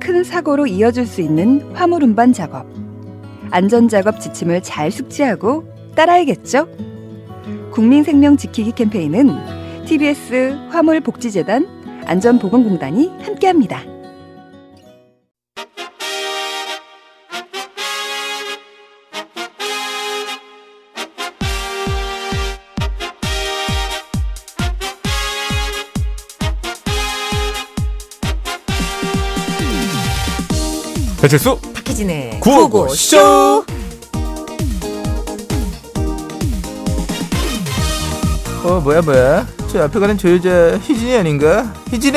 큰 사고로 이어질 수 있는 화물 운반 작업. 안전 작업 지침을 잘 숙지하고 따라야겠죠. 국민 생명 지키기 캠페인은 TBS 화물 복지재단 안전보건공단이 함께합니다. 배칠수 박혜진의 구호고 쇼. 어 뭐야 뭐야 저 앞에 가는 저 여자 희진이 아닌가? 희진이!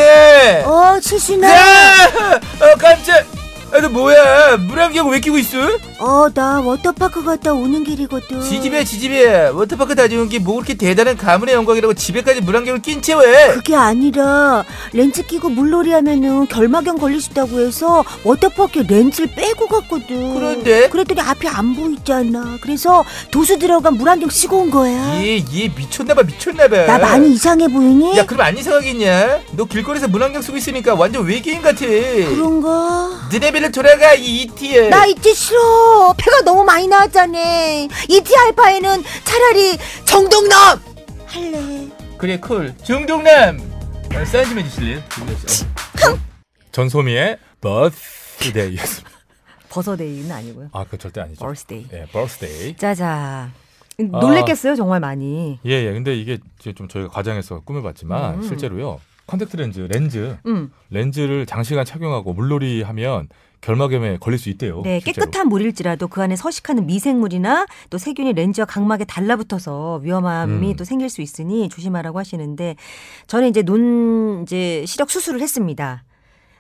어, 네. 칠순아. 야! 어 깜짝! 아, 너 뭐야? 물안경 왜 끼고 있어? 어, 나 워터파크 갔다 오는 길이거든. 지지배야 지지배야 워터파크 다녀온 게 뭐 그렇게 대단한 가문의 영광이라고 집에까지 물안경을 낀 채 왜? 그게 아니라 렌즈 끼고 물놀이 하면은 결막염 걸리시다고 해서 워터파크 렌즈를 빼고 갔거든. 그런데? 그랬더니 앞이 안 보이잖아. 그래서 도수 들어간 물안경 쓰고 온 거야. 얘얘 미쳤나봐 미쳤나봐 나 많이 이상해 보이니? 예. 야 그럼 안 이상하겠냐? 너 길거리에서 물안경 쓰고 있으니까 완전 외계인 같아 그런가? 너네 배를 돌아가 이 E 이티에 나 이제 싫어. 폐가 너무 많이 나왔잖아. 이티 알파에는 차라리 정동남 할래. 그래 쿨 중동남 어, 사인 좀 해주실래요? 전소미의 버스데이였습니다. 버서데이는 아니고요. 아, 그 절대 아니죠. 버스데이. 예, 버스데이. 짜자. 놀랬겠어요, 정말 많이. 예, 예. 근데 이게 이제 좀 저희가 과장해서 꾸며봤지만 음. 실제로요. 컨택트 렌즈, 렌즈, 음, 렌즈를 장시간 착용하고 물놀이 하면 결막염에 걸릴 수 있대요. 네, 실제로. 깨끗한 물일지라도 그 안에 서식하는 미생물이나 또 세균이 렌즈와 각막에 달라붙어서 위험함이 음. 또 생길 수 있으니 조심하라고 하시는데 저는 이제 눈 이제 시력 수술을 했습니다.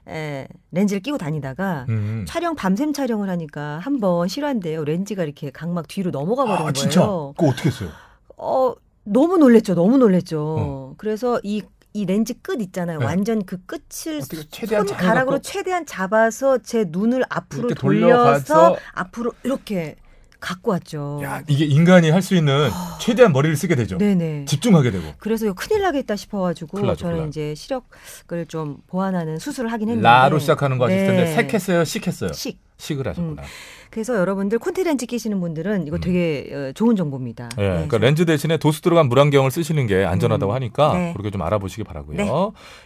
에, 렌즈를 끼고 다니다가 음. 촬영 밤샘 촬영을 하니까 한 번 실화인데요. 렌즈가 이렇게 각막 뒤로 넘어가 아, 버린 거예요. 그거 어떻게 했어요? 어, 너무 놀랬죠. 너무 놀랬죠. 어. 그래서 이, 이 렌즈 끝 있잖아요. 네. 완전 그 끝을 어떻게 최대한 잘 손가락으로 해갖고. 최대한 잡아서 제 눈을 앞으로 이렇게 돌려서 돌려가서. 앞으로 이렇게 갖고 왔죠. 야, 아, 이게 인간이 할 수 있는 최대한 머리를 쓰게 되죠. 아. 네네. 집중하게 되고. 그래서 이거 큰일 나겠다 싶어가지고 큰일 나죠, 저는 큰일 나죠. 이제 시력을 좀 보완하는 수술을 하긴 했는데 라로 시작하는 거 하실 텐데 네. 음. 색했어요, 식했어요. 식. 식을 하셨구나. 그래서 여러분들 콘테렌즈 끼시는 분들은 이거 음. 되게 어, 좋은 정보입니다. 예, 네, 그러니까 렌즈 대신에 도수 들어간 물안경을 쓰시는 게 안전하다고 음, 하니까 네. 그렇게 좀 알아보시기 바라고요. 네.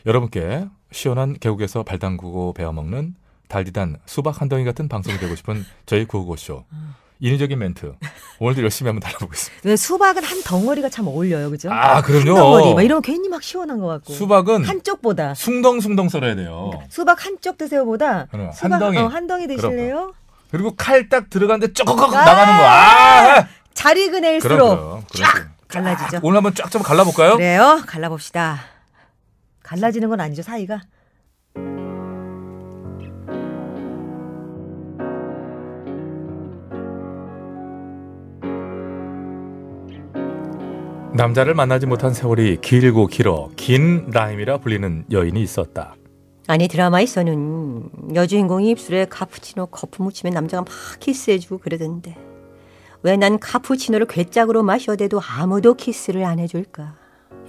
여러분께 시원한 계곡에서 발 담그고 베어 먹는 달디단 수박 한 덩이 같은 방송이 되고 싶은 저희 구호고쇼 아. 인위적인 멘트 오늘도 열심히 한번 달아보겠습니다. 왜 수박은 한 덩어리가 참 어울려요, 그죠? 아 한 덩어리 막 그럼요. 이러면 괜히 막 시원한 것 같고 수박은 한쪽보다 그러니까. 숭덩숭덩 썰어야 돼요. 수박 한쪽 드세요보다 그래요. 한 수박 덩이. 어, 한 덩이 드실래요? 그리고 칼 딱 들어가는데 쪼걱걱 아! 나가는 거. 아! 잘 익은 그럼 앨수록 그럼. 그렇죠. 쫙 네. 갈라지죠. 오늘 한번 쫙 좀 갈라볼까요? 그래요? 갈라봅시다. 갈라지는 건 아니죠 사이가? 남자를 만나지 못한 세월이 길고 길어 긴 라임이라 불리는 여인이 있었다. 아니 드라마에서는 여주인공이 입술에 카푸치노 거품 묻히면 남자가 막 키스해주고 그러던데 왜 난 카푸치노를 괴짝으로 마셔대도 아무도 키스를 안 해줄까?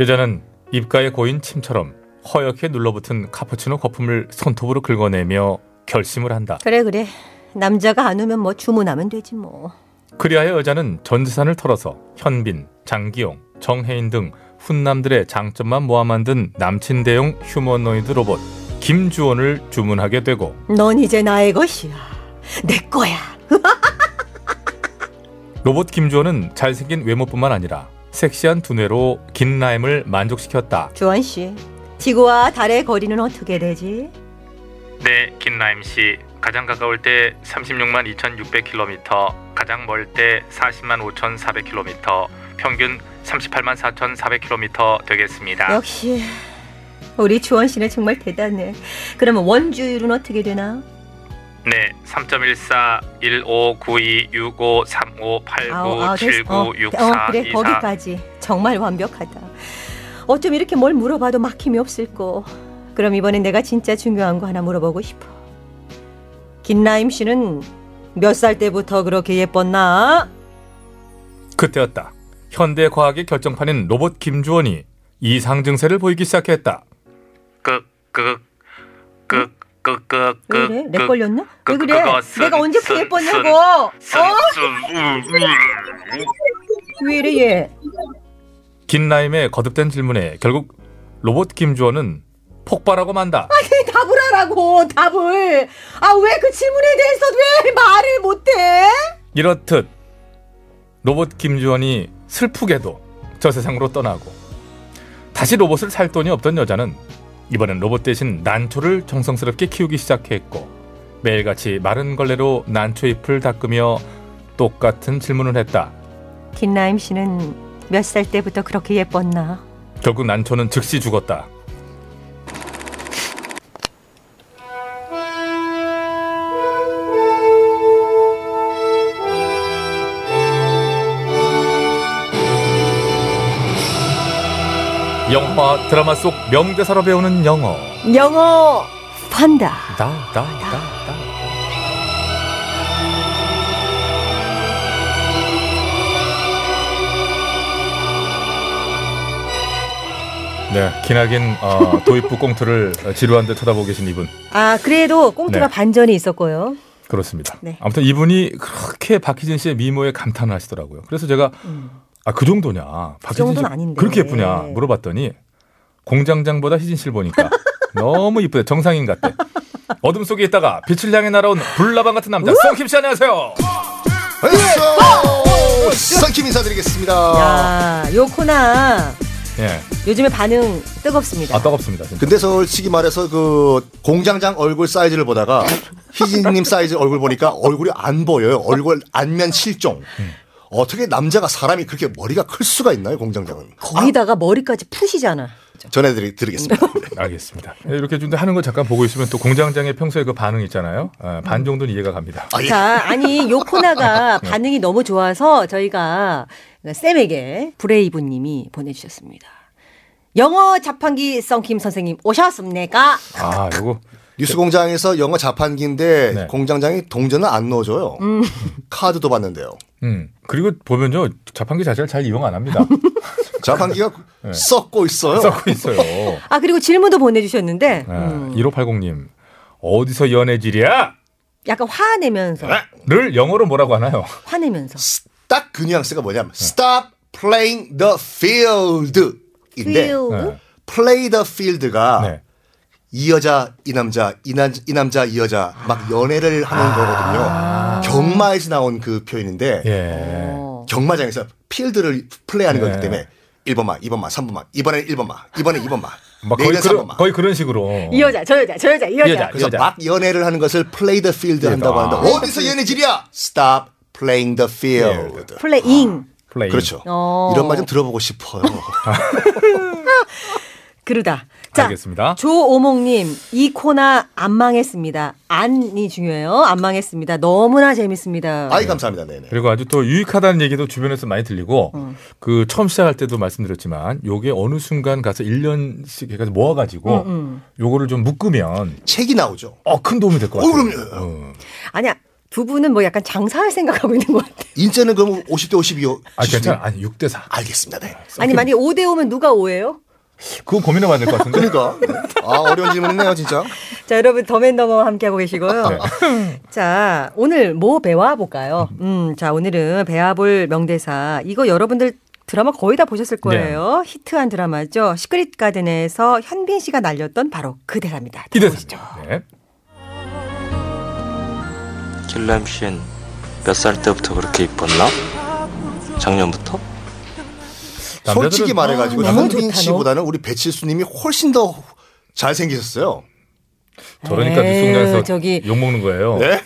여자는 입가에 고인 침처럼 허옇게 눌러붙은 카푸치노 거품을 손톱으로 긁어내며 결심을 한다. 그래 그래 남자가 안 오면 뭐 주문하면 되지 뭐. 그리하여 여자는 전 재산을 털어서 현빈, 장기용, 정혜인 등 훈남들의 장점만 모아 만든 남친 대용 휴머노이드 로봇 김주원을 주문하게 되고 넌 이제 나의 것이야. 내 거야. 로봇 김주원은 잘생긴 외모뿐만 아니라 섹시한 두뇌로 긴 라임을 만족시켰다. 주원 씨, 지구와 달의 거리는 어떻게 되지? 네, 김라임 씨. 가장 가까울 때 36만 2,600km, 가장 멀 때 40만 5,400km, 평균 38만 4,400km 되겠습니다. 역시 우리 주원 씨는 정말 대단해. 그러면 원주율은 어떻게 되나? 네, 3.14 15 92 65 35 89 79 64 아, 어, 그래 24. 거기까지 정말 완벽하다. 어쩜 이렇게 뭘 물어봐도 막힘이 없을꼬. 그럼 이번엔 내가 진짜 중요한 거 하나 물어보고 싶어. 김라임 씨는 몇 살 때부터 그렇게 예뻤나? 그때였다. 현대 과학의 결정판인 로봇 김주원이 이상 증세를 보이기 시작했다. 왜 그래? 내 걸렸나? 왜 그래? 그것은 내가 언제부터 예뻤냐고? 어? 왜 이래 얘? 긴 라임의 거듭된 질문에 결국 로봇 김주원은 폭발하고 만다. 네, 답을 하라고 답을 아 왜 그 질문에 대해서 왜 말을 못해? 이렇듯 로봇 김주원이 슬프게도 저 세상으로 떠나고 다시 로봇을 살 돈이 없던 여자는 이번엔 로봇 대신 난초를 정성스럽게 키우기 시작했고 매일같이 마른 걸레로 난초 잎을 닦으며 똑같은 질문을 했다. 김라임 씨는 몇 살 때부터 그렇게 예뻤나? 결국 난초는 즉시 죽었다. 영화 드라마 속 명대사로 배우는 영어 영어 판다. 다다다다 네, 기나긴 어, 도입부 꽁트를 지루한 듯 쳐다보고 계신 이분 아 그래도 꽁트가 네. 반전이 있었고요. 그렇습니다. 네. 아무튼 이분이 그렇게 박희진 씨의 미모에 감탄을 하시더라고요. 그래서 제가 아 그 정도냐, 박희진 씨 음. 정도는 아닌데. 그렇게 예쁘냐 물어봤더니 공장장보다 희진 씨를 보니까 너무 이쁘대, 정상인 같대. 어둠 속에 있다가 빛을 향해 날아온 불나방 같은 남자 宋킴 씨 안녕하세요. 안녕하세요. 썬킴 인사드리겠습니다. 야, 요 코나 예, 요즘에 반응 뜨겁습니다. 아 따갑습니다. 진짜. 근데 솔직히 말해서 그 공장장 얼굴 사이즈를 보다가 희진님 사이즈 얼굴 보니까 얼굴이 안 보여요. 얼굴 안면 실종. 어떻게 남자가 사람이 그렇게 머리가 클 수가 있나요, 공장장은? 거기다가 머리까지 푸시잖아. 전해드리겠습니다. 음. 알겠습니다. 예, 이렇게 좀 하는 거 잠깐 보고 있으면 또 공장장의 평소에 그 반응 있잖아요. 아, 반 정도는 이해가 갑니다. 아, 예. 자, 아니 요 코나가 네. 반응이 너무 좋아서 저희가 쌤에게 브레이브님이 보내주셨습니다. 영어 자판기 썬킴 선생님 오셨습니까? 아, 요거 뉴스 공장에서 영어 자판기인데 네. 공장장이 동전을 안 넣어줘요. 카드도 받는데요. 음 그리고 보면요 자판기 자체를 잘 이용 안 합니다. 자판기가 썩고 있어요. 썩고 있어요. 아 그리고 질문도 보내주셨는데 네. 음, 1580님 아, 어디서 연애질이야? 약간 화내면서 네. 를 영어로 뭐라고 하나요? 화내면서 딱 그 뉘앙스가 뭐냐면 stop playing the field인데 휘우. play the field가 네. 이 여자 이 남자 이, 남, 이 남자 이 여자 아. 막 연애를 하는 거거든요. 경마에서 나온 그 표현인데 예. 어. 경마장에서 필드를 플레이하는 예. 거기 때문에 1번만 2번만 3번만 이번엔 1번만 이번엔 2번만 막뭐 거의 내일은 그런 3번만 거의 그런 식으로. 이 여자 저 여자 저 여자 이 여자, 여자. 그래서 여자. 막 연애를 하는 것을 play the field 한다고 아. 하는데 어디서 연애질이야? stop playing the field. 플레잉 아. 플레이. 그렇죠. 어. 이런 말 좀 들어보고 싶어요. 그러다. 자, 알겠습니다. 조오목님, 이 코나 안 망했습니다. 안이 중요해요. 안 망했습니다. 너무나 재밌습니다. 예. 아이 감사합니다. 네네. 그리고 아주 또 유익하다는 얘기도 주변에서 많이 들리고 그 처음 시작할 때도 말씀드렸지만 요게 어느 순간 가서 1년씩 해가지고 모아가지고 음, 요거를 좀 묶으면 책이 나오죠. 어, 큰 도움이 될 것 어, 같아요. 그럼요. 어. 아니야. 두 분은 뭐 약간 장사할 생각하고 있는 것 같아. 인제는 그럼 50대 52요. 아, 괜찮아. 아니, 6대 4. 알겠습니다. 네. 아니, 만약에 5대 5면 누가 5예요? 그거 고민해 봐야 될 것 같은데. 그러니까 아 어려운 질문이네요 진짜. 자, 여러분 더맨더머와 함께하고 계시고요. 네. 자, 오늘 뭐 배워볼까요? 음, 자, 오늘은 배워볼 명대사. 이거 여러분들 드라마 거의 다 보셨을 거예요. 네. 히트한 드라마죠. 시크릿 가든에서 현빈 씨가 날렸던 바로 그 대사입니다. 이 대사. 들어보시죠. 네. 킬라임 씨는 몇 살 때부터 그렇게 이뻤나? 작년부터? 남자들은- 솔직히 말해가지고 아, 너무 현빈 좋다, 씨보다는 우리 배칠수님이 훨씬 더 잘생기셨어요. 저러니까 에휴, 뉴스공장에서 네, 저기- 욕 먹는 거예요. 네?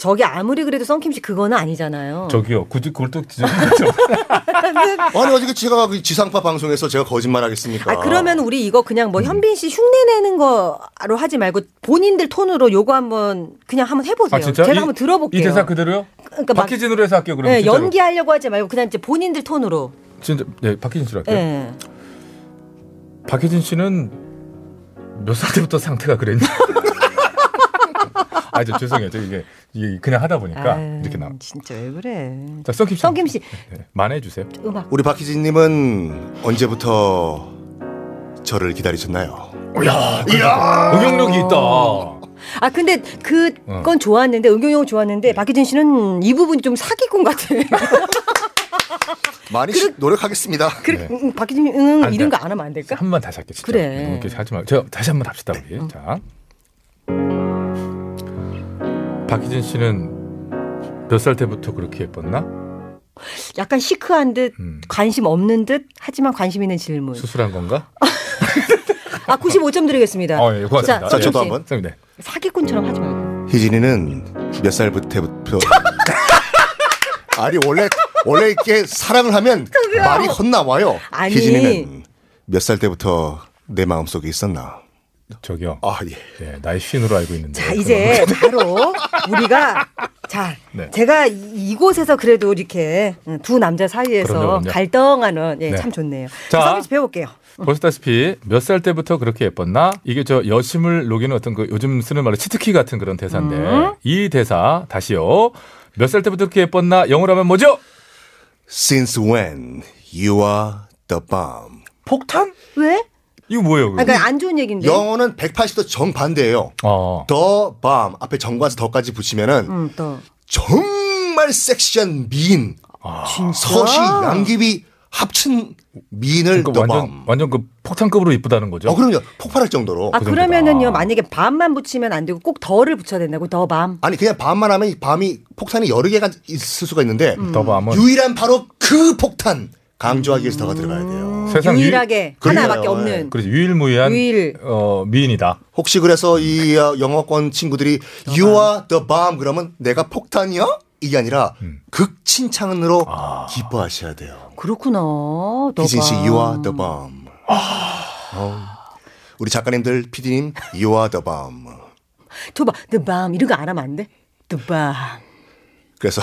저기 아무리 그래도 썬킴 씨 그거는 아니잖아요. 저기요. 굳이 그걸 또 지적하죠. 아니 어저께 제가 그 지상파 방송에서 제가 거짓말하겠습니까? 아, 그러면 우리 이거 그냥 음. 뭐 현빈 씨 흉내 내는 거로 하지 말고 본인들 톤으로 요거 한번 그냥 한번 해보세요. 아, 진짜? 제가 이- 한번 들어볼게요. 이 대사 그대로요? 그러니까 막- 박희진으로 해서 할게요. 그러면 예, 진짜로. 연기하려고 하지 말고 그냥 이제 본인들 톤으로. 진짜 네, 박희진 씨로 할게요. 예. 박혜진 씨는 몇 살 때부터 상태가 그랬냐? 아, 저 죄송해요. 저 이게, 이게 그냥 하다 보니까 아유, 그러니까 이렇게 나와. 진짜 왜 그래? 자, 썬킴 씨. 성김 씨 네, 만회해 주세요. 음악. 우리 박희진님은 언제부터 저를 기다리셨나요? 응용력이 있다. 아 근데 어. 그건 좋았는데 응용용 네. 좋았는데 박희진 씨는 이 부분 좀 사기꾼 같아. 많이 시- 노력하겠습니다. 그래 네. 음, 박희진 응 안 이런 돼. 음. 거 안 하면 안 될까? 한 번 다시 할게요. 진짜. 그래. 너무 이렇게 하지 말고. 제가 다시 한 번 합시다, 우리. 자. 박희진 씨는 몇 살 때부터 그렇게 예뻤나? 약간 시크한 듯 음. 관심 없는 듯 하지만 관심 있는 질문. 수술한 건가? 아 95점 드리겠습니다. 어, 예, 고맙습니다. 자, 자, 예. 혹시- 저도 한번. 선생님, 네. 사기꾼처럼 하지 말고. 희진이는 몇 살부터부터 아니 원래 원래 이렇게 사랑을 하면 말이 헛나와요. 아니. 희진이는 몇 살 때부터 내 마음 속에 있었나? 저기요. 아 예. 예, 나이 쉰으로 알고 있는데. 자 이제 바로 우리가 자 네. 제가 이- 이곳에서 그래도 이렇게 음, 두 남자 사이에서 그럼요, 그럼요. 갈등하는 예, 네. 참 좋네요. 자. 성김 씨 배워볼게요. 보시다시피 몇 살 때부터 그렇게 예뻤나? 이게 저 여심을 녹이는 어떤 그 요즘 쓰는 말로 치트키 같은 그런 대사인데 음. 이 대사 다시요. 몇 살 때부터 그렇게 예뻤나? 영어로 하면 뭐죠? Since when you are the bomb. 폭탄? 왜? 이거 뭐예요? 그거? 아, 그러니까 안 좋은 네. 얘기인데. 영어는 180도 정반대예요. 어. 더 밤 앞에 정관사 더까지 붙이면은 음, 또. 정말 섹시한 미인 아, 아, 서시 양귀비 합친 미인을 그러니까 더 완전 밤. 완전 그 폭탄급으로 이쁘다는 거죠. 어 그럼요 폭발할 정도로. 아, 그 정도다. 그러면은요, 만약에 밤만 붙이면 안 되고 꼭 더를 붙여야 된다고, 더 밤. 아니 그냥 밤만 하면 이 밤이 폭탄이 여러 개가 있을 수가 있는데 음. 더 밤은 음. 유일한 바로 그 폭탄 강조하기 위해서 더가 들어가야 돼요. 세상 어, 유일하게 그래요. 하나밖에 예. 없는. 네, 그래서 유일무이한 유일. 어, 미인이다. 혹시 그래서 이 어, 영어권 친구들이 You are the bomb 그러면 내가 폭탄이야? 이게 아니라 극칭찬으로 기뻐하셔야 돼요. 그렇구나. 더 희진 씨 밤. You are the bomb. 어. 우리 작가님들 PD님 You are the bomb. 더 밤, 더 밤. 이런 거 안 하면 안 돼? 더 밤. 그래서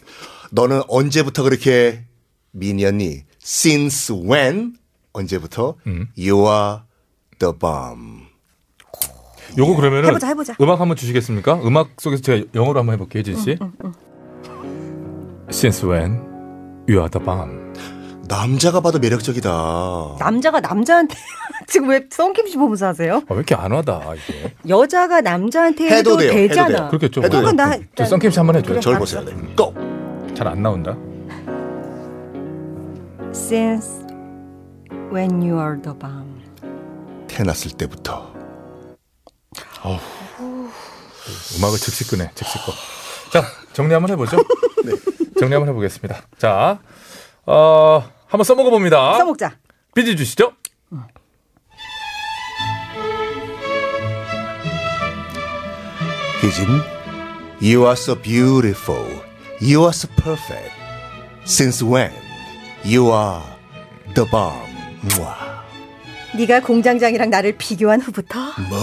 너는 언제부터 그렇게 미니언니? Since when? 언제부터? You are the bomb. 요거 그러면은 예. 해보자, 해보자. 음악 한번 주시겠습니까? 음악 속에서 제가 영어로 한번 해볼게요, 혜진 씨. Since when you are the bomb. 남자가 봐도 매력적이다. 남자가 남자한테, 지금 왜 썬킴 씨 보면서 하세요? 아, 왜 이렇게 안 와다 이게? 여자가 남자한테 해도, 해도 돼요, 해도 되잖아. 돼요. 그렇게 좀. 해도 어, 돼요. 나- 나- 저 썬캠씨 한번 해줘요. 그래. 저를 보세요. 네. 고! 잘 안 나온다. Since when you are the bomb. 태어났을 때부터. 음악을 즉시 끄네. 즉시 꺼. 자 정리 한번 해보죠. 네. 정리 한번 해보겠습니다. 자, 어 한번 써먹어 봅니다. 써먹자. 삐지 주시죠. 희진, You are so beautiful. You are so perfect. Since when? You are the bomb. 우와. 네가 공장장이랑 나를 비교한 후부터 음. 뭐?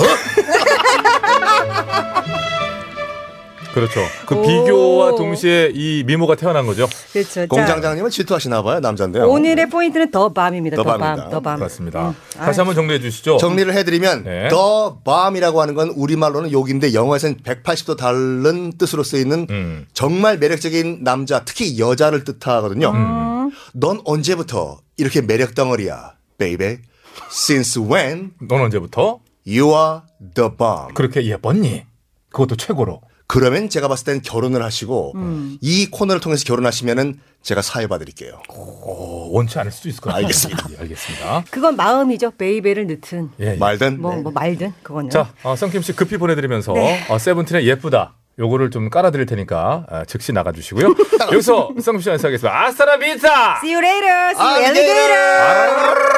그렇죠. 그 오. 비교와 동시에 이 미모가 태어난 거죠. 그렇죠. 자, 공장장님은 질투하시나 봐요 남잔데요. 오늘의 포인트는 더 밤입니다. 더 밤, 더밤입니다. 더 밤. 그렇습니다. 다시 한번 정리해 주시죠. 정리를 해드리면 네. 더 밤이라고 하는 건 우리말로는 욕인데 영어에서는 180도 다른 뜻으로 쓰이는 음. 정말 매력적인 남자 특히 여자를 뜻하거든요. 음. 넌 언제부터 이렇게 매력 덩어리야, baby? Since when 넌 언제부터 you are the bomb? 그렇게 예뻤니? 그것도 최고로. 그러면 제가 봤을 땐 결혼을 하시고 음. 이 코너를 통해서 결혼하시면은 제가 사회 봐드릴게요. 어, 원치 않을 수도 있을 것 같아요. 알겠습니다. 예, 알겠습니다. 그건 마음이죠. 베이베를 넣든 예, 예. 말든 뭐, 뭐 말든 그거는. 자, 어, 썬킴 씨 급히 보내드리면서 어, 세븐틴의 예쁘다. 요거를 좀 깔아드릴 테니까 어, 즉시 나가주시고요. 여기서 썬킴 씨와 인사하겠습니다. 아싸라 비타! See you later. 네. See you alligator.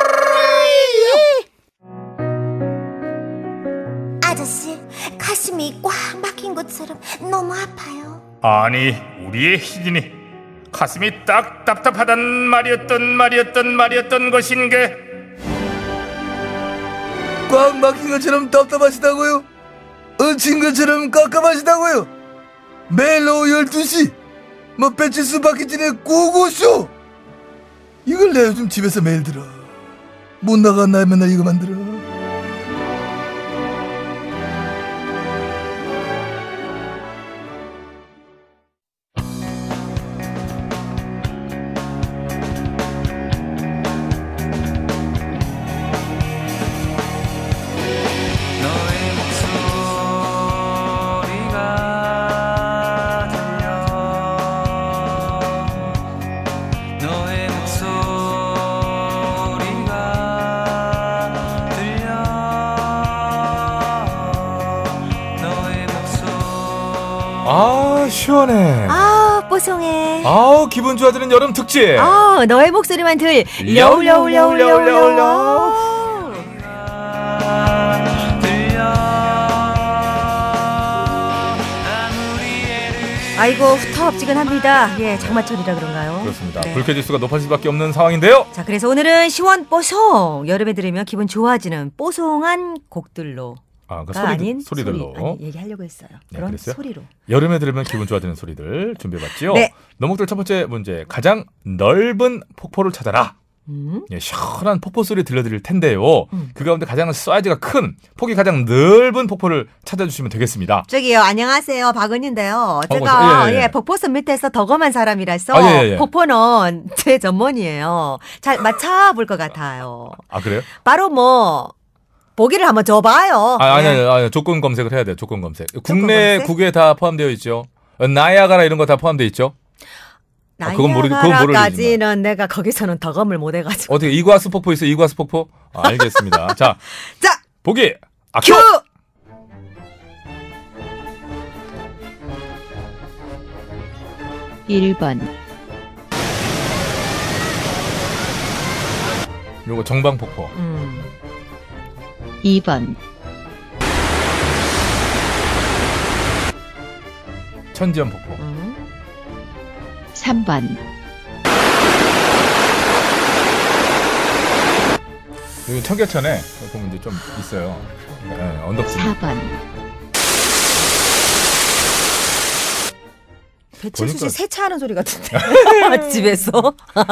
아저씨, 가슴이 꽉 막힌 것처럼 너무 아파요. 아니 우리의 희진이 가슴이 딱 답답하단 말이었던 말이었던 말이었던 것인 게 꽉 막힌 것처럼 답답하시다고요? 얹힌 것처럼 깝깝하시다고요? 매일 오후 12시 뭐 배치수 박희진의 고고쇼 이걸 내가 요즘 집에서 매일 들어 못 나간 날 맨날 이거 만들어 아, 아, 시원해. 아, 어, 네. 뽀송해. 아우, 기분 좋아지는 여름 특집. 아, 너의 목소리만 들. 여울여울여울여울여울. 아이고 후텁지근합니다. 예, 장마철이라 그런가요? 그렇습니다. 네. 불쾌지수가 높아질 수밖에 없는 상황인데요. 자, 그래서 오늘은 시원 뽀송 여름에 들으면 기분 좋아지는 뽀송한 곡들로 아, 그 가 소리들, 아닌 소리들로. 소리, 아니, 얘기하려고 했어요. 네, 그런 그랬어요? 소리로. 여름에 들으면 기분 좋아지는 소리들 준비해봤지요. 네. 너목들 첫 번째 문제. 가장 넓은 폭포를 찾아라. 음? 예, 시원한 폭포 소리 들려드릴 텐데요. 음. 그 가운데 가장 사이즈가 큰, 폭이 가장 넓은 폭포를 찾아주시면 되겠습니다. 저기요, 안녕하세요. 박은인데요. 어, 제가 예, 예. 예, 폭포선 밑에서 덕험한 사람이라서 아, 예, 예. 폭포는 제 전문이에요. 잘 맞춰볼 것 같아요. 아, 그래요? 바로 뭐 보기를 한번 줘봐요. 아, 아니, 네. 아니, 아니, 조건 검색을 해야 돼요, 조건 검색. 국내 검색? 국외 다 포함되어 있죠. 어, 나야가라 이런 거 다 포함되어 있죠. 아, 그건 모르- 그건 모르겠지만. 나이아가라까지는 내가 거기서는 덕험을 못해가지고. 어떻게, 이과수 폭포 있어요, 이과수 폭포? 아, 알겠습니다. 자, 자, 보기! 아, 큐! 큐! 요거 정방 폭포. 음. 2번, 천지연 폭포. 음. 3번, 여기 청계천에 보면 이제 좀 있어요. 네, 언덕진. 아. 4번, 배칠수 씨 보니까- 세차하는 소리 같은데 집에서 아,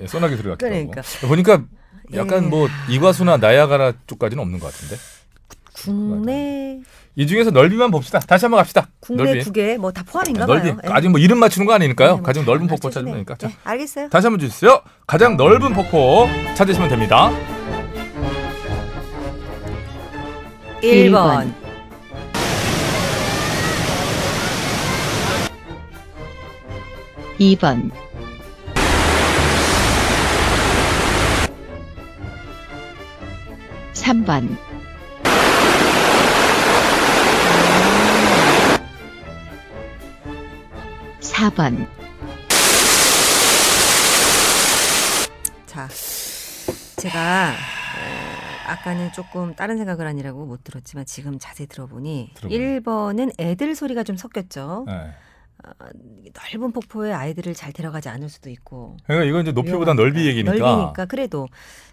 예, 소나기 소리 같기도 그러니까. 예. 하고. 보니까 약간 뭐 이과수나 나야가라 쪽까지는 없는 것 같은데. 국내 이 중에서 넓이만 봅시다. 다시 한번 갑시다. 국내 넓이. 국외 뭐 다 포함인가 넓이. 봐요. 예. 아직 뭐 이름 맞추는 거 아니니까요. 네, 뭐 가장 다 넓은 폭포 맞춰주네. 찾으면 되니까. 자, 네, 알겠어요. 다시 한번 주세요. 가장 넓은 폭포 찾으시면 됩니다. 1번, 2번, 3번, 4번, 자, 제가 어, 아까는 조금 다른 생각을 하느라고 못 들었지만 지금 자세히 들어보니 들어보니. 1번은 애들 소리가 좀 섞였죠. 네. 넓은 폭포에 아이들을 잘 데려가지 않을 수도 있고. 그러니까 이건 이제 높이보다 넓이 얘기니까. 넓이니까 그래도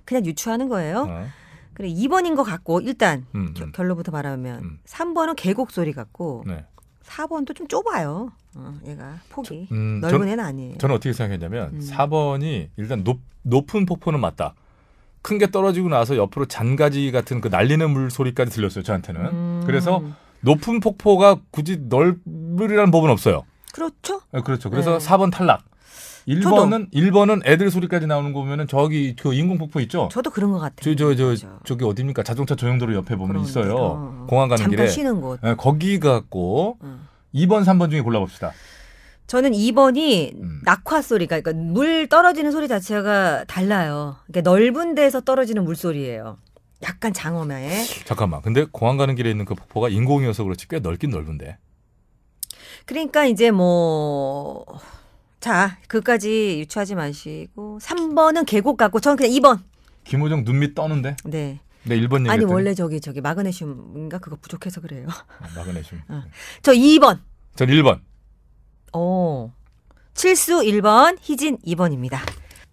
그냥 유추하는 거예요. 어. 그래 2번인 것 같고 일단 음, 겨- 음. 결론부터 말하면 음. 3번은 계곡 소리 같고 네. 4번도 좀 좁아요. 어, 얘가 폭이 음, 넓은 전- 애는 아니에요. 저는 어떻게 생각했냐면 음. 4번이 일단 높, 높은 폭포는 맞다. 큰 게 떨어지고 나서 옆으로 잔가지 같은 그 날리는 물 소리까지 들렸어요 저한테는. 음. 그래서 높은 폭포가 굳이 넓으리라는 법은 없어요. 그렇죠? 아, 그렇죠. 그래서 4번 탈락. 1번은 1번은 애들 소리까지 나오는 거 보면은 저기 그 인공 폭포 있죠. 저도 그런 것 같아요. 그렇죠. 저 저 저 저기 어디입니까? 자동차 조형도로 옆에 보면 있어요. 어, 어. 공항 가는 잠깐 길에. 쉬는 어. 곳. 예, 거기 갖고 2번 3번 중에 골라봅시다. 저는 2번이 음. 낙화 소리가 그러니까 물 떨어지는 소리 자체가 달라요. 이게 넓은 데서 떨어지는 물 소리예요. 약간 장엄해. 잠깐만. 근데 공항 가는 길에 있는 그 폭포가 인공이어서 그렇지 꽤 넓긴 넓은데. 그러니까 이제 뭐 자, 그까지 유추하지 마시고 3번은 계곡 같고 저는 그냥 2번. 김호정 눈밑 떠는데. 네. 네, 1번 얘기. 아니 원래 저기 저기 마그네슘인가 그거 부족해서 그래요. 아, 마그네슘. 저 2번. 전 1번. 어. 칠수 1번, 희진 2번입니다.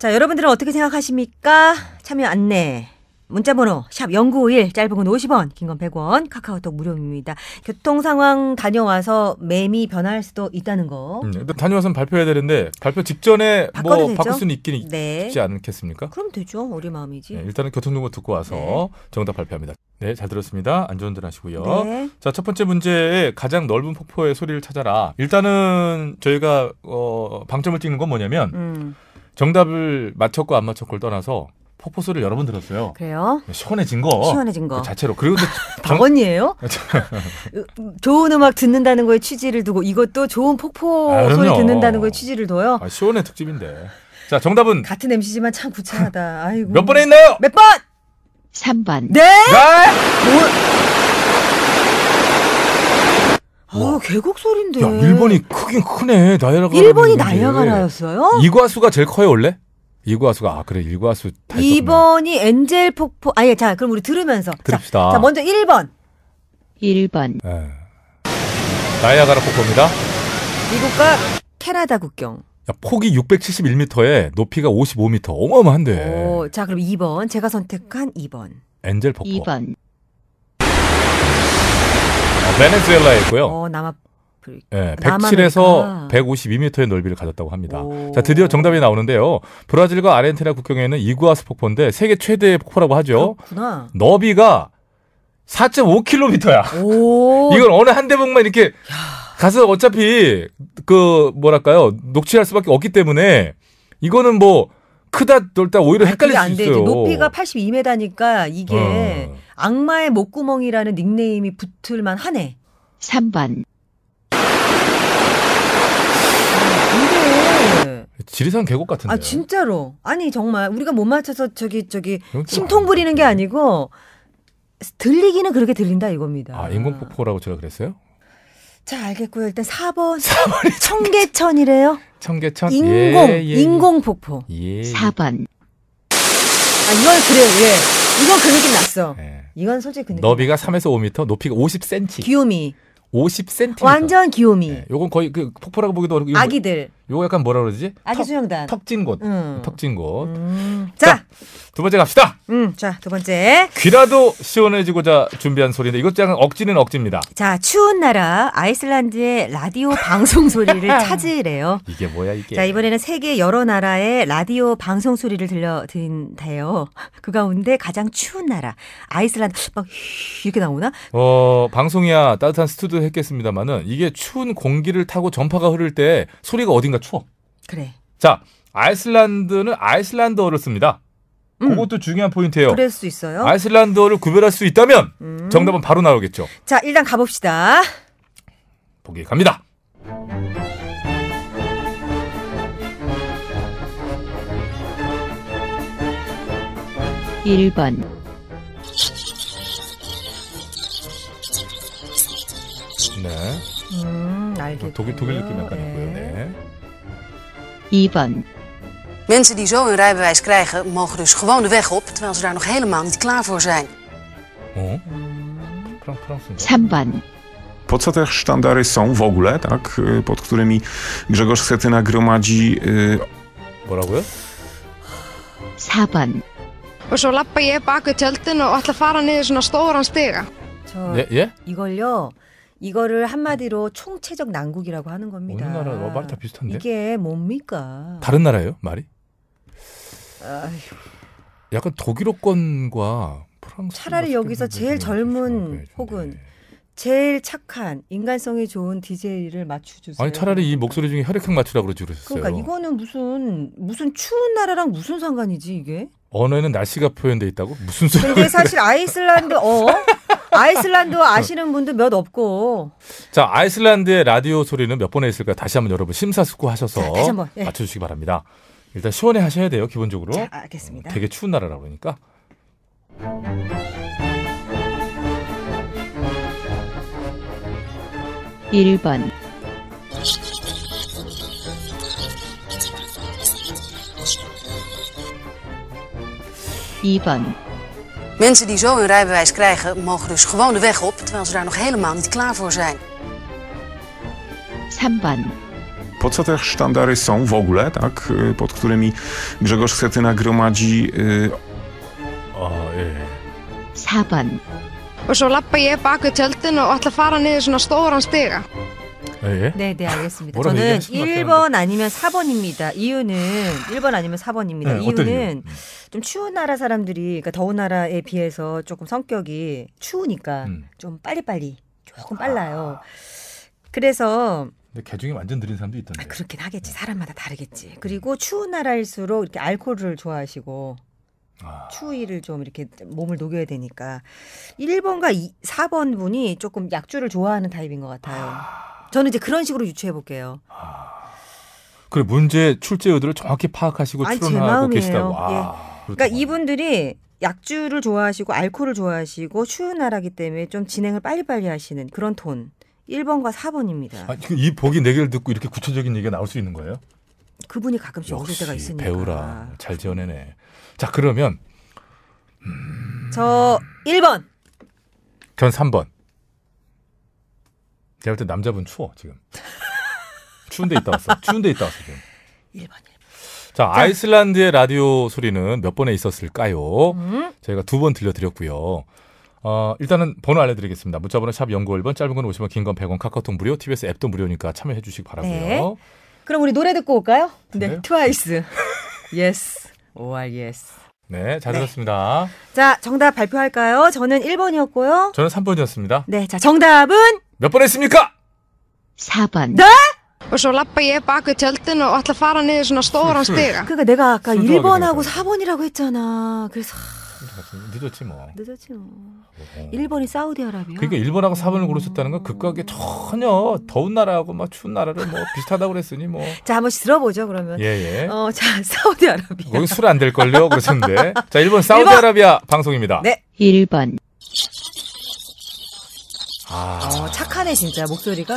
자, 여러분들은 어떻게 생각하십니까? 참여 안내. 문자번호 샵 0951, 짧은 건 50원, 긴 건 100원, 카카오톡 무료입니다. 교통 상황 다녀와서 매미 변할 수도 있다는 거. 음, 일단 다녀와서 발표해야 되는데 발표 직전에 어? 바꿔도 뭐 되죠? 바꿀 수는 있긴 있- 네. 있지 않겠습니까? 그럼 되죠. 우리 마음이지. 네, 일단은 교통정보 듣고 와서 네. 정답 발표합니다. 네, 잘 들었습니다. 안전운전 하시고요. 네. 자, 첫 번째 문제에 가장 넓은 폭포의 소리를 찾아라. 일단은 저희가 어, 방점을 찍는 건 뭐냐면 음. 정답을 맞췄고 안 맞췄고를 떠나서 폭포 소리를 여러 번 들었어요. 그래요? 시원해진 거. 그렇죠. 시원해진 거. 그 자체로. 그리고 근데 정- 박언니예요? 좋은 음악 듣는다는 거에 취지를 두고 이것도 좋은 폭포 아, 소리 그럼요. 듣는다는 거에 취지를 둬요. 아, 시원해 특집인데. 자, 정답은 같은 MC지만 참 구차하다. 아이고. 몇 번에 있나요? 몇 번? 3번. 네. 어, 계곡 소린데. 야, 1번이 크긴 크네. 나이아가라. 1번이 나야가라였어요? 이과수가 제일 커요, 원래? 이과수가 아, 그래. 이과수 다 있었구나. 2번이 엔젤 폭포. 아예 자, 그럼 우리 들으면서. 들읍시다. 아. 예. 자, 먼저 1번. 1번. 나이아가라 폭포입니다. 미국과 캐나다 국경. 야, 폭이 671m에 높이가 55m. 어마어마한데. 오, 자, 그럼 2번. 제가 선택한 2번. 엔젤 폭포. 2번. 아, 베네수엘라에 있고요. 어, 남아 예, 남아메리카. 107에서 152m의 넓이를 가졌다고 합니다. 자, 드디어 정답이 나오는데요. 브라질과 아르헨티나 국경에는 이구아스 폭포인데 세계 최대의 폭포라고 하죠. 구나. 너비가 4.5km야. 오. 아, 이건 어느 한 대목만 이렇게 가서 어차피 그 뭐랄까요 녹취할 수밖에 없기 때문에 이거는 뭐 크다 넓다 오히려 헷갈릴 아, 그게 수 안 되지. 있어요. 어. 높이가 82m니까 이게 악마의 목구멍이라는 닉네임이 붙을만 하네. 아, 3번. 근데 지리산 계곡 같은데. 아 진짜로 아니 정말 우리가 못 맞춰서 저기 저기 어. 심통 부리는 게 아니고 들리기는 그렇게 들린다 이겁니다. 아 인공 폭포라고 제가 그랬어요? 자 알겠고요. 일단 4번 청계천이래요. 청계천 인공 예, 예, 인공 폭포. 예. 4번. 아 이건 그래요. 예. 이건 그 느낌 났어. 이건 솔직히 그 느낌. 네. 예. 너비가 3에서 5m, 높이가 50cm. 귀요미. 50cm. 완전 귀요미. 요건 거의 그 폭포라고 보기도 어렵고 이거 뭐- 아기들. 요거 약간 뭐라 그러지? 아기 수영단. 턱진 곳. 음. 턱진 곳. 자, 두 번째 갑시다. 음, 자, 두 번째. 귀라도 시원해지고자 준비한 소리인데 이것 약간 억지는 억지입니다. 자, 추운 나라 아이슬란드의 라디오 방송 소리를 찾으래요. 이게 뭐야 이게? 자, 이번에는 세계 여러 나라의 라디오 방송 소리를 들려드린대요. 그 가운데 가장 추운 나라 아이슬란드 막 이렇게 나오나? 어 방송이야 따뜻한 스튜디오 했겠습니다만은 이게 추운 공기를 타고 전파가 흐를 때 소리가 어딘가 추워. 그래. 자 아이슬란드는 아이슬란드어를 씁니다. 그것도 중요한 포인트예요. 음. 그럴 수 있어요. 음. 아이슬란드어를 구별할 수 있다면 정답은 바로 나오겠죠. 자, 일단 가봅시다. 보기 갑니다. 일번 네. 음, 알겠. 독일 독일 느낌 약간 있고요. 네. 2번. Mensen die zo hun rijbewijs krijgen, mogen dus gewoon de weg op, terwijl ze daar nog helemaal niet klaar voor zijn. 어? 음. 프랑 프랑스인가? 3번. Po co te sztandary są w ogóle, tak? y, Pod którymi Grzegorz Schetyna gromadzi. 뭐라고요? 4번. og svo lappa ég baku tjöldin og ætla að fara niður svona stóran stiga 저 예, 예? 이걸요. 이거를 한마디로 총체적 난국이라고 하는 겁니다. 우리나라 뭐 말이 다 비슷한데? 이게 뭡니까? 다른 나라예요 말이? 아휴, 약간 독일어권과 프랑스 차라리 여기서 제일 젊은 네. 혹은 제일 착한 인간성이 좋은 DJ를 맞춰주세요. 아니 차라리 이 목소리 중에 혈액형 맞추라 그러지 그러셨어요. 그러니까 이거는 무슨 무슨 추운 나라랑 무슨 상관이지 이게? 언어에는 날씨가 표현돼 있다고 무슨 소리야? 근데 사실 아이슬란드 어 아이슬란드 아시는 분도 몇 없고 자 아이슬란드의 라디오 소리는 몇 번에 있을까요? 다시 한번 여러분 심사숙고하셔서 다시 한번, 예. 맞춰주시기 바랍니다. 일단 시원해 하셔야 돼요 기본적으로. 아, 자, 알겠습니다. 되게 추운 나라라 그러니까. 일번 이번 Mensen die zo hun rijbewijs krijgen, mogen dus gewoon de weg op, terwijl ze daar nog helemaal niet klaar voor zijn. 3번 Po co te sztandary są w ogóle, tak? y, Pod którymi Grzegorz y, Schetyna gromadzi. O, je. 4번 og svo lappa ég baku tjöldin og ætla að fara niður svona stóran stiga 예? 네, 네, 알겠습니다. 뭐라고 저는 얘기하시는 것 같긴 1번 아니면 4번입니다. 이유는 1번 아니면 4번입니다. 네, 어떤 이유는 좀 추운 나라 사람들이 그러니까 더운 나라에 비해서 조금 성격이 음. 추우니까 좀 빨리빨리 조금 아. 빨라요. 그래서 아, 근데 개중에 완전 느린 사람도 있던데. 그렇긴 하겠지. 사람마다 다르겠지. 그리고 추운 나라일수록 이렇게 알코올을 좋아하시고 추위를 좀 이렇게 몸을 녹여야 되니까 1번과 2, 4번 분이 조금 약주를 좋아하는 타입인 것 같아요. 저는 이제 그런 식으로 유추해 볼게요. 아, 그래 문제 출제 의도를 정확히 파악하시고 아니, 제 추론하고 마음이에요. 계시다고. 아, 그러니까 이분들이 약주를 좋아하시고 알코올을 좋아하시고 추운 나라기 때문에 좀 진행을 빨리빨리 하시는 그런 톤. 1번과 4번입니다. 아, 지금 이 보기 네 개를 듣고 이렇게 구체적인 얘기가 나올 수 있는 거예요? 그분이 가끔씩 오실 때가 있으니까. 그렇죠. 배우라 잘 지어내네. 자 그러면 저 1번. 전 3번. 제가 볼때 남자분 추워 지금. 추운데 있다 왔어. 추운데 있다 왔어 지금. 1번. 자 아이슬란드의 라디오 소리는 몇 번에 있었을까요? 음. 저희가 두 번 들려드렸고요. 어, 일단은 번호 알려드리겠습니다. 문자번호 샵 0951번, 짧은 건 50원, 긴 건 100원, 카카오톡 무료, TBS 앱도 무료니까 참여해 주시기 바라고요. 그럼 우리 노래 듣고 올까요? 네. 그래요? 트와이스. 예스. 오알 아, 예스. 네, 잘 들었습니다. 자, 정답 발표할까요? 저는 1번이었고요. 저는 3번이었습니다. 네, 자, 정답은 몇 번 했습니까? 4번 og svo lappa ég baku tjöldin og ætla að fara niður svona stóran stiga 그러니까 내가 아까 순수하게 1번하고 4번이라고 했잖아. 그래서 늦었지 뭐. 어. 늦었지 뭐. 1번이 사우디아라비아. 그러니까 1번하고 4번을 고르셨다는 건 극과 에 전혀 더운 나라하고 막 추운 나라를 뭐 비슷하다고 그랬으니 뭐. 자, 한 번씩 들어보죠, 그러면. 예, 예. 어, 자, 사우디아라비아. 거기 술 안 될걸요? 그러셨는데. 자, 1번 사우디아라비아 방송입니다. 네. 1번 아, 어, 착하네, 진짜. 목소리가.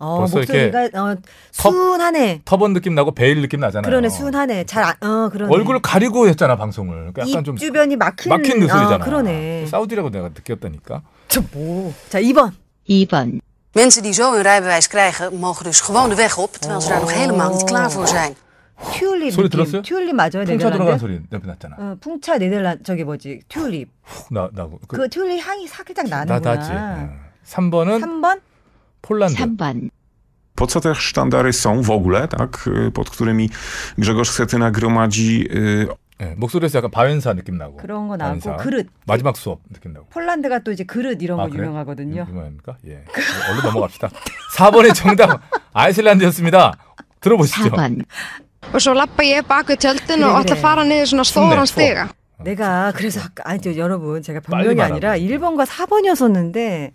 어, 벌써 목소리가 이렇게 어, 순하네. 터번 느낌 나고 베일 느낌 나잖아요. 그러네, 순하네. 잘, 안- 어, 그러네. 얼굴을 가리고 했잖아, 방송을. 그러니까 약간 입 좀 주변이 막힌, 막힌 목소리잖아. 아, 그러네. 사우디라고 내가 느꼈다니까. 저 뭐. 자, 2번. 2번 Mensen die zo hun rijbewijs krijgen, mogen dus gewoon de weg op, terwijl ze daar nog helemaal niet klaar voor zijn. 튤립. 소리 느낌. 들었어요? 튤립 맞아요, 풍차 들어간 네덜란드. 소리 옆에 났잖아. 어, 풍차 네덜란드 저기 뭐지? 튤립. 푹 나, 나고. 그, 그, 튤립 향이 살짝 나, 나는구나. 나지. 어. 3번은 3번? 폴란드. 3번 Po co te sztandary są w ogóle, tak? y, Pod którymi Grzegorz y, Schetyna gromadzi. 예, 목소리에서 약간 바웬사 느낌 나고. 그런 거 나고 바웬사. 그릇. 마지막 수업 느낌 나고. 폴란드가 또 이제 그릇 이런 아, 거 그래요? 유명하거든요. 유명합니까? 예. 얼른 넘어갑시다. 4번의 정답 아이슬란드였습니다. 들어보시죠. 4번 og svo lappa ég baku tjöldin Kure, og ætla að kure. fara niður svona stóran stiga 내가 그래서 아까 아니 저 여러분 제가 빨리 변명이 말하고. 아니라 1번과 4번이었었는데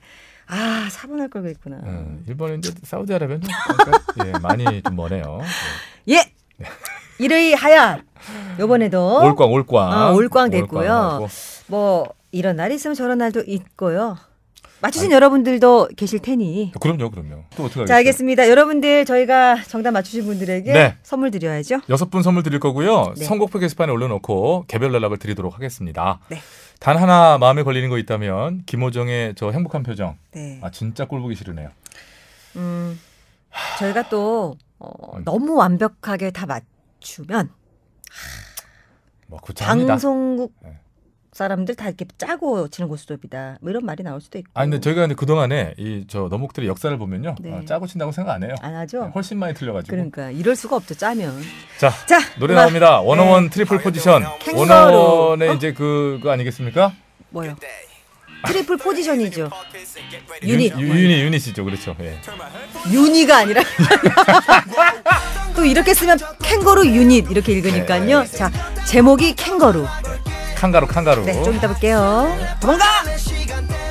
아, 4번 할 걸 그랬구나. 음, 일본인데 사우디아라비아는 좀 약간, 예, 많이 좀 머네요. 예. 1위 하야. 요번에도 올꽝 올꽝. 아, 올꽝 올꽝하고. 됐고요. 뭐 이런 날이 있으면 저런 날도 있고요. 맞추신 여러분들도 계실 테니. 그럼요, 그럼요. 또 어떻게 자, 하겠어요? 알겠습니다. 여러분들 저희가 정답 맞추신 분들에게 네. 선물 드려야죠. 여섯 분 선물 드릴 거고요. 네. 선곡표 게시판에 올려놓고 개별 연락을 드리도록 하겠습니다. 단 하나 마음에 걸리는 거 있다면 김호정의 저 행복한 표정. 네. 아 진짜 꼴 보기 싫으네요. 음, 저희가 또 어, 너무 완벽하게 다 맞추면 뭐 구차합니다. 네. 방송국 사람들 다 이렇게 짜고 치는 고스톱이다. 뭐 이런 말이 나올 수도 있고. 아 근데 저희가 근데 그동안에 이 저 너목들의 역사를 보면요. 네. 아, 짜고 친다고 생각 안 해요. 안 하죠. 훨씬 많이 틀려가지고. 그러니까 이럴 수가 없죠. 짜면. 네, 자, 자, 노래 음악. 나옵니다. 네. 원어원 트리플 포지션. 캥거루. 원어원의 이제 그, 그 아니겠습니까? 뭐요? 트리플 포지션이죠. 유- 유닛. 유, 유닛 유닛이죠. 그렇죠. 예. 유니가 아니라 또 이렇게 쓰면 캥거루 유닛 이렇게 읽으니까요. 자 제목이 캥거루. 칸가루 칸가루. 네, 좀 이따 볼게요. 도망가. 시간대